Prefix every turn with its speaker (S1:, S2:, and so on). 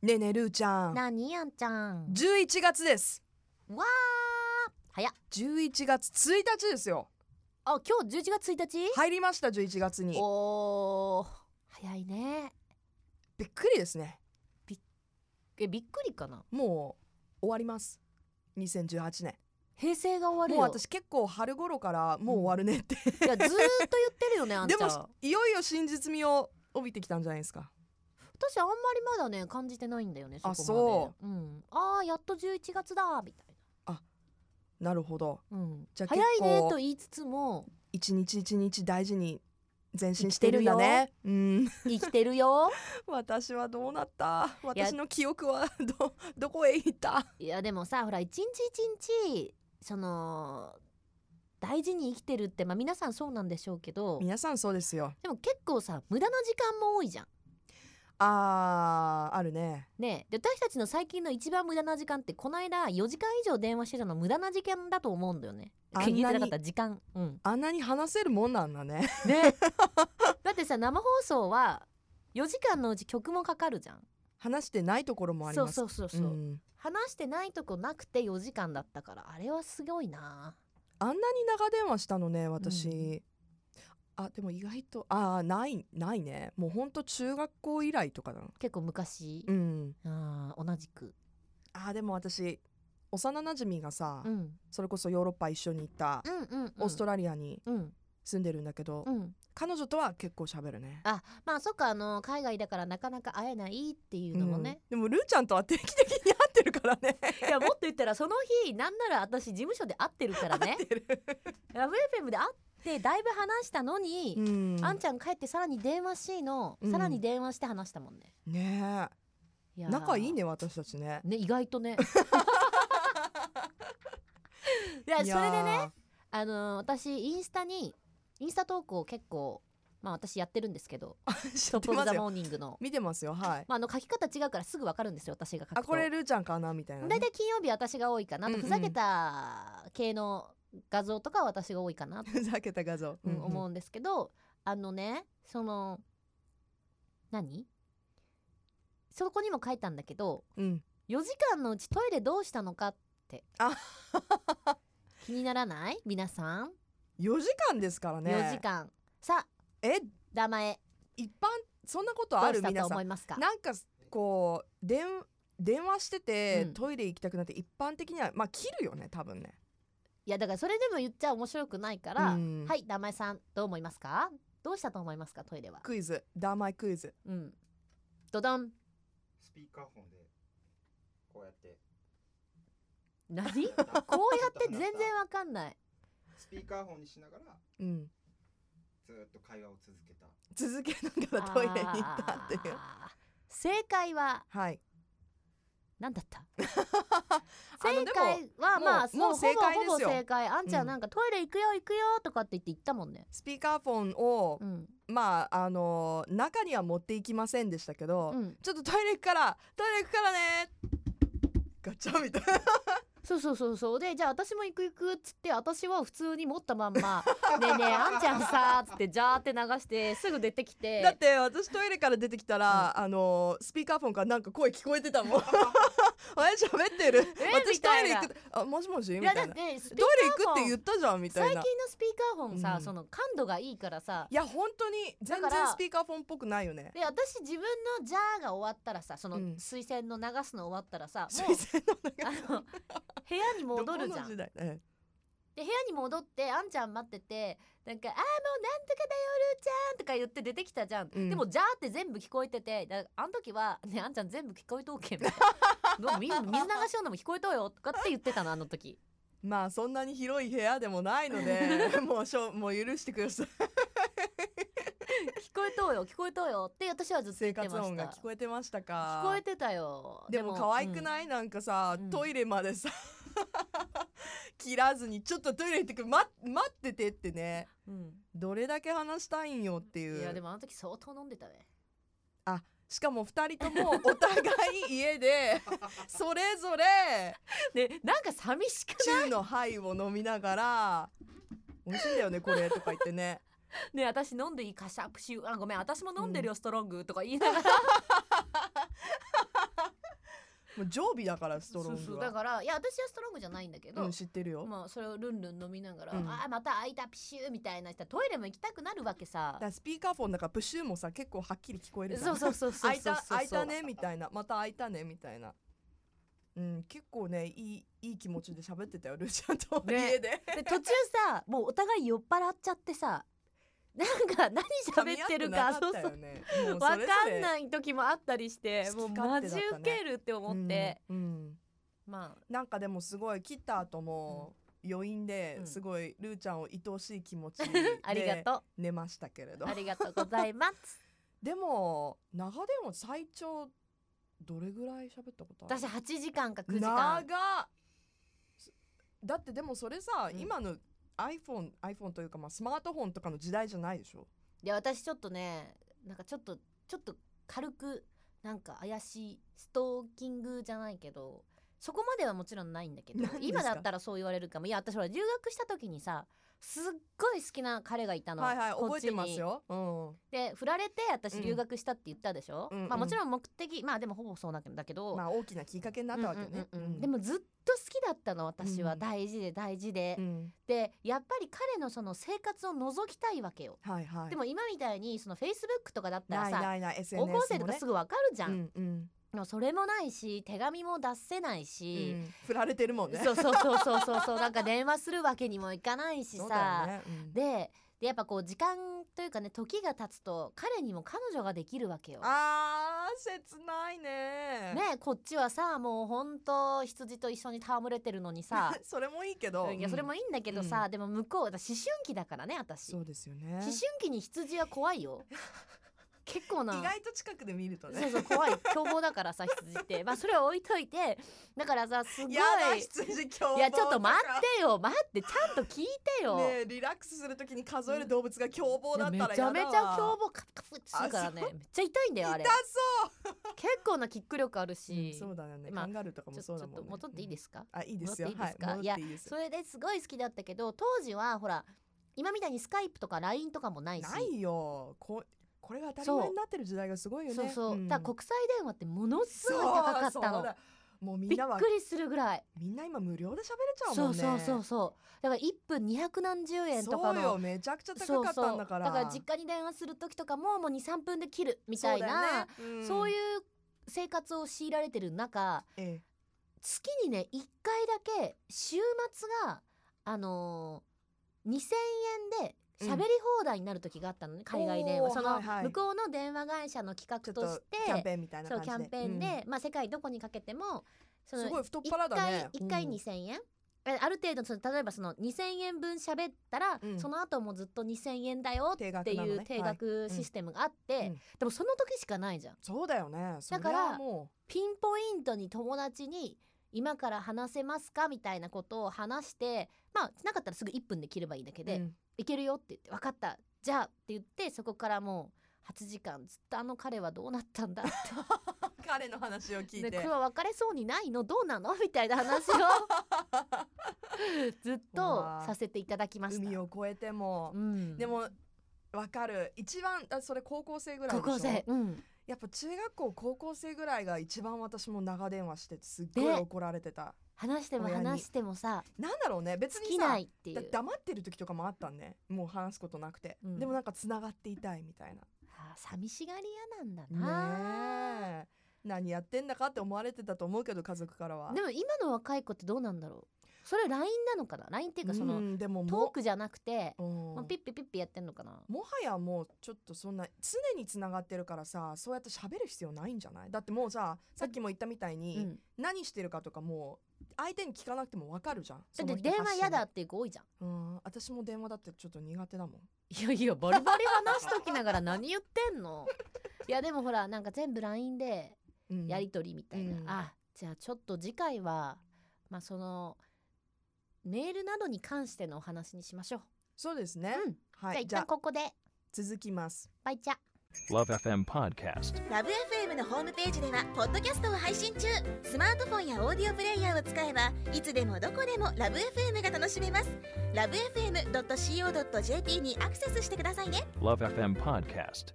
S1: ねえねえルーちゃん
S2: なにやんちゃん
S1: 11月です
S2: わー早っ
S1: 11月1日ですよ
S2: あ今日11月1日、
S1: 入りました11月に
S2: おー早いね
S1: びっくりですね
S2: えびっくりかな
S1: もう終わります2018年
S2: 平成が終わる
S1: もう
S2: よ
S1: 私結構春頃からもう終わるねって、
S2: いやずーっと言ってる よねあん
S1: で
S2: ちゃん
S1: も
S2: 私あんま
S1: いよいよ真実味を帯びてきたんじゃないですか
S2: りまだね感じてないんだよねそこ
S1: あ
S2: まで、
S1: そう
S2: ん、あーやっと11月だみたい
S1: なるほど
S2: な、うん、
S1: じゃあ
S2: 早い
S1: 結
S2: ね
S1: 構
S2: と言いつつも
S1: 一日一日大事に前進してるんだねうん
S2: 生きてるよ
S1: 私はどうなった私の記憶はど どこへ行った
S2: いやでもさほら一日一日その大事に生きてるってまあ皆さんそうなんでしょうけど
S1: 皆さんそうですよ
S2: でも結構さ無駄な時間も多いじゃん
S1: あーあるね
S2: ねえで私たちの最近の一番無駄な時間ってこの間4時間以上電話してたの無駄な時間だと思うんだよね
S1: あんなに
S2: 言ってなかった時間うん
S1: あんなに話せるもんなんだね
S2: ね だってさ生放送は4時間のうち曲もかかるじゃん
S1: 話してないところもあり
S2: そ
S1: ま
S2: う
S1: す
S2: そうそうそう、
S1: うん
S2: 話してないとこなくて4時間だったからあれはすごいな
S1: あんなに長電話したのね私、
S2: うん
S1: あでも意外とああないないねもうほんと中学校以来とかだな
S2: 結構昔
S1: う、ん
S2: あー同じく
S1: あーでも私幼なじみがさ、
S2: うん
S1: それこそヨーロッパ一緒に行った、
S2: うんうんうん
S1: オーストラリアに
S2: うん
S1: 住んでるんだけど、
S2: うん
S1: 彼女とは結構喋るね
S2: あまあそっかあの海外だからなかなか会えないっていうのもね、
S1: うんでもルーちゃんとは定期的に会ってるから ね
S2: いやもっと言ったらその日なんなら私事務所で会ってるからね
S1: 会ってる、
S2: ラブ FM で会ってだいぶ話したのに、
S1: うん
S2: あんちゃん帰ってさらに電話しいの、
S1: うん
S2: さらに電話して話したもんね
S1: ね
S2: い
S1: え
S2: やー
S1: 仲いいね私たちね
S2: ね意外 とねいや
S1: い
S2: それでね
S1: や
S2: あのー私インスタにインスタ投稿結構まあ私やってるんですけど
S1: ー知
S2: 「ト
S1: っ
S2: ッ
S1: て
S2: プ・オブ・
S1: ます
S2: ザ・
S1: よ
S2: モーニングの」
S1: 見てますよはい
S2: まあ、あの書き方違うからすぐ分かるんですよ私が書くと
S1: あこれルーちゃんかなみたいなね、
S2: 大体金曜日は私が多いかなあと
S1: うんうん
S2: ふざけた系の画像とかは私が多いかなと
S1: ふざけた画像、
S2: うん思
S1: う
S2: うんですけどあのねその何そこにも書いたんだけど
S1: んうん
S2: 4時間のうちトイレどうしたのかって
S1: あ
S2: 気にならない皆さん、
S1: 4時間ですからね
S2: 4時間さあ
S1: え
S2: 名前
S1: 一般そんなこと
S2: ど
S1: あ
S2: う
S1: る
S2: した
S1: 皆
S2: と
S1: さ
S2: 思い
S1: ん
S2: ますか
S1: なんかこう電電話してて、
S2: うん
S1: トイレ行きたくなって一般的にはまあ切るよね多分ね
S2: いやだからそれでも言っちゃ面白くないから、
S1: うん
S2: はい名前さんどう思いますかどうしたと思いますかトイレは
S1: クイズダーマイクイズ
S2: うんドドン
S3: スピーカーフォンでこうやって
S2: 何こうやって全然わかんない
S3: スピーカーフォンにしながら
S1: うん
S3: ずーっと会話を続けた
S1: 続けながらトイレに行ったっていう
S2: あー正解は
S1: はい
S2: 何だった
S1: あの
S2: 正
S1: でも
S2: 解はまあ
S1: もうもう
S2: そほぼ
S1: 正解ですよ
S2: ほぼ正解あんちゃ
S1: うんん
S2: なんかトイレ行くよ行くよとかって言って行ったもんね
S1: スピーカーフォンを、
S2: うん
S1: まああの中には持っていきませんでしたけど、
S2: うん
S1: ちょっとトイレ行くからトイレ行くからねガチャみたいな
S2: そうそうそうそうでじゃあ私も行く行くっつって私は普通に持ったま んま「ねえねえあんちゃんさ」っつってジャーって流してすぐ出てきて
S1: だって私トイレから出てきたら、あのスピーカーフォンからなんか声聞こえてた もんあれ喋ってる
S2: えみ
S1: 私ト
S2: た
S1: イ
S2: い
S1: レ
S2: な
S1: 行くあもしもしみ
S2: い
S1: た
S2: や
S1: いな
S2: だ
S1: ト
S2: っ
S1: イレ
S2: てスピーカー
S1: 行
S2: フォン
S1: くって言ったじゃんみた
S2: 最
S1: い
S2: 近
S1: な
S2: のスピーカーフォンさ、
S1: うん
S2: その感度がいいからさ
S1: いや本当に全
S2: だから
S1: 然スピーカーフォンっぽくないよね
S2: で私自分の「じゃあ」が終わったらさその
S1: うん
S2: 推薦の流すの終わったらさ、
S1: 推
S2: もう
S1: 薦の
S2: あ
S1: 中
S2: の部屋に戻るじゃ
S1: どこの
S2: ん。
S1: 時
S2: で
S1: 代え
S2: 部屋に戻ってあんちゃん待っててなんか「あーもうなんとかだよルーちゃん」とか言って出てきたじゃん、
S1: うん
S2: でも「じゃあ」って全部聞こえててだあの時は「ねあんちゃん全部聞こえとう け」みたいなどうみ水流しようのも聞こえとうよ」とかって言ってたのあの時
S1: えまあそんなに広い部屋でもないの でもうしょうもう許してください
S2: 聞こえとうよ聞こえとうよって私はずっと言
S1: 生
S2: ってま
S1: 活
S2: し
S1: 音
S2: た
S1: が聞こえてましたか
S2: 聞こえてたよ
S1: でも可愛く
S2: い、
S1: ない、なんかさ、
S2: うん
S1: トイレまでさ 切らずにちょっとトイレ行ってくる待待っててってね
S2: うん
S1: どれだけ話したいんよって
S2: うん
S1: いう
S2: いやでもあの時相当飲んでたね
S1: しかも2人ともお互い家 でそれぞれ
S2: ねなんか寂しく
S1: チューのハイを飲みながら「美味しいんだよねこれ」とか言ってね
S2: ね 私飲んでいいかシャープシューあごめん私も飲んでるよ、ストロングとか言いながら
S1: もう常備だからストロングは
S2: そうそうだからいや私はストロングじゃないんだけど、
S1: うん知ってるよ、
S2: まあそれをルンルン飲みながら、
S1: うん
S2: ああまた開いたピシューみたいなしたらトイレも行きたくなるわけさ
S1: だからスピーカーフォンだからプシューもさ結構はっきり聞こえるじゃん
S2: そうそうそうそうそう
S1: 開いた
S2: そう
S1: 開いたねみたいなまた開いたねみたいなうん結構ねいいいい気持ちで喋ってたよルシアンと
S2: ね
S1: 家で
S2: で途中さもうお互い酔っ払っちゃってさなんか何 喋ってるかそうそう
S1: 分
S2: 分かんない時もあったりしてもう
S1: 好き
S2: マ
S1: 勝
S2: ジ
S1: 手
S2: ウ
S1: だったね
S2: ケるって思って、、
S1: うんうん
S2: まあ
S1: なんかでもすごい切った後も余韻
S2: う
S1: で
S2: ん
S1: すごいルーちゃんを愛おしい気持ち
S2: ありが
S1: で
S2: と
S1: 寝ましたけれ
S2: う
S1: ど
S2: ありがとうござい ます
S1: でも長電話最長どれぐらい喋ったことある
S2: 私8時間か9時
S1: 長
S2: 間
S1: っすだってでもそれさ、
S2: うん
S1: 今の iPhone iPhone というかまあスマートフォンとかの時代じゃないでしょ
S2: で私ちょっとねなんかちょっとちょっと軽くなんか怪しいストーキングじゃないけどそこまではもちろんないんだけど
S1: 何ですか
S2: 今だったらそう言われるかもいや私ほら留学した時にさすっごい好きな彼がいたの
S1: はいはい
S2: こ
S1: 覚
S2: っ
S1: え
S2: ちに
S1: てますよ、うん、
S2: で振られて私
S1: うん
S2: 留学したって言ったでしょ、
S1: うんうん
S2: まあもちろん目的まあでもほぼそうだけどだけど、
S1: まあ大きなきっかけになったわけよね、
S2: うんうんうんうん
S1: うん
S2: でもずっと好きだったの私は
S1: うん
S2: 大事で大事で、
S1: うん
S2: でやっぱり彼のその生活を覗きたいわけよ、
S1: はいはい
S2: でも今みたいにそのフェイスブックとかだった
S1: な
S2: らさ
S1: いないない
S2: 高
S1: SNS も、ね、
S2: 校生とかすぐわかるじゃん、
S1: うんうん
S2: でもそれもないし手紙も出せないうし、
S1: ん、振られてるもんね
S2: そうそうそうそうそうそうなんか電話するわけにもいかないし
S1: そうだよ
S2: さ、
S1: ね、うん
S2: ででやっぱこう時間というかね時が経つと彼にも彼女ができるわけよ。
S1: あー切ないね
S2: ねこっちはさもうほんと羊と一緒に戯れてるのにさ
S1: それもいいけど
S2: いやそれもいいんだけどさ、でも向こう私思春期だからね私
S1: そ
S2: 思
S1: うですよね
S2: 春期に羊は怖 いよ結構な
S1: 意外と近くで見ると
S2: そう
S1: ね
S2: そう怖い凶暴 だからさ羊ってまあそれは置いといてだからさすごい
S1: やだ羊凶暴
S2: いやちょっと待
S1: か
S2: ってよ待ってちゃんと聞いてよ、
S1: ねえリラックスするときに数える動物が凶暴だったらや
S2: め
S1: だわ
S2: ちゃめちゃ凶暴カプカプってするからねめっちゃ痛いんだよあれ
S1: 痛そ
S2: 結構なキック力ある
S1: う、
S2: し、
S1: そうだよね
S2: まあ
S1: カンガルーとか
S2: ち
S1: も
S2: ょ
S1: そうだ
S2: ち
S1: もん
S2: ょっ
S1: ね
S2: と戻っていいですか、
S1: うんあいいですよ
S2: 戻っていいですか
S1: はい
S2: いや
S1: 戻っていいです
S2: それですごい好きだったけど当時はほら今みたいにスカイプとか LINE とかもないし
S1: ないよここれが当たり前になってる時代がすごいよね
S2: そうそう、
S1: ん
S2: だから国際電話ってものすごい高かった
S1: そうそう
S2: の
S1: だもうみ
S2: び
S1: ん
S2: っ
S1: なは
S2: くりするぐらい
S1: みんな今無料で喋れちゃう
S2: そ
S1: もん
S2: う
S1: ね
S2: そうそうそうだから1分2何十円とか
S1: そうよ
S2: の
S1: めちゃくちゃ高かったんだから
S2: そうそうだから実家に電話する時とかももう23分で切るみたいな
S1: そう,、
S2: そう,、
S1: ね
S2: いう
S1: う
S2: 生活を強いられてる中
S1: ん、ええ
S2: 月にね1回だけ週末があのー、2,000円で喋り放題になる時があったのね、海外電
S1: お
S2: 話
S1: ー
S2: その
S1: はいはい
S2: 向こうの電話会社の企
S1: ちょ
S2: 画
S1: っ
S2: とし
S1: と
S2: て
S1: キャンペーンみたいな
S2: そ
S1: 感
S2: う
S1: じ
S2: キ
S1: で
S2: ャンペーンで、、まあ、世界どこにかけてもそ
S1: うん
S2: の
S1: すごい太っ
S2: 1
S1: 腹だ
S2: 回
S1: ね
S2: 1回2,000円、えある程度その例えばその2,000円分喋ったら、
S1: うん
S2: その後もずっと2,000円だよっ
S1: 定額
S2: て
S1: なの
S2: い
S1: ね
S2: う定額システムがあって、
S1: うんうん
S2: でもその時しかないじゃん。
S1: そうだよねそれ
S2: だから
S1: はも
S2: ピンポイントに友達に今から話せますかみたいなことを話してまあなかったらすぐ1分で切ればいいだけ
S1: う
S2: で、
S1: うん
S2: いけるよって言って分かったじゃあって言ってそこからもう8時間ずっとあの彼はどうなったんだって
S1: 彼の話を聞い
S2: で
S1: て
S2: これは別れそうにないのどうなの みたいな話をずっ
S1: う
S2: と
S1: わー
S2: させていただきました。
S1: 海を越えても
S2: う、ん、
S1: でもわかる一番あそれ高校生ぐらい
S2: 高
S1: でしょ
S2: 校生、うん、
S1: やっぱ中学校高校生ぐらいが一番私も長電話しててすっごい
S2: で
S1: 怒られてた
S2: 話しても
S1: 親に
S2: 話してもさ
S1: なんだろうね別
S2: 尽
S1: に
S2: き
S1: さ
S2: ないってい
S1: だ
S2: う
S1: 黙ってる時とかもあったんねもう話すことなくて、
S2: うん
S1: でもなんかつながっていたいみたい
S2: あー寂しがり屋なんだな、
S1: なねえ何やってんだかって思われてたと思うけど家族からは
S2: でも今の若い子ってどうなんだろうそれ LINE なのかな LINE っていうかその、
S1: うんでも
S2: トー
S1: も
S2: クじゃなくて、
S1: うん
S2: まあピッピピッピやってんのかな
S1: もはやもうちょっとそんな常につながってるからさそうやって喋る必要ないんじゃないだってもうささっきも言ったみたいに、
S2: うん
S1: 何してるかとかもう相手に聞かなくても分かるじゃん
S2: だ
S1: そ
S2: っ
S1: の
S2: て
S1: 人
S2: 電話嫌だ
S1: 発
S2: っていう子多いじゃん
S1: 信うん私も電話だってちょっと苦手だもん
S2: いやいやバリバリ話しときながら何言ってんの いやでもほらなんか全部 LINE で
S1: うん、
S2: やり取りみたいな、
S1: うん
S2: あじゃあちょっと次回はまあそのメールなどに関してのお話にしましょう、
S1: そうですね、
S2: うん、
S1: はい
S2: じ
S1: じ
S2: ゃ
S1: ゃ
S2: あ一旦
S1: あ
S2: ここで
S1: 続きます
S2: バイチャ
S4: Love FM Podcast.
S5: ラブ f m のホームページではポッドキャストを配信中スマートフォンやオーディオプレイヤーを使えばいつでもどこでもラブ f m が楽しめますラブ FM.co.jp にアクセスしてくださいね
S4: Love FM Podcast.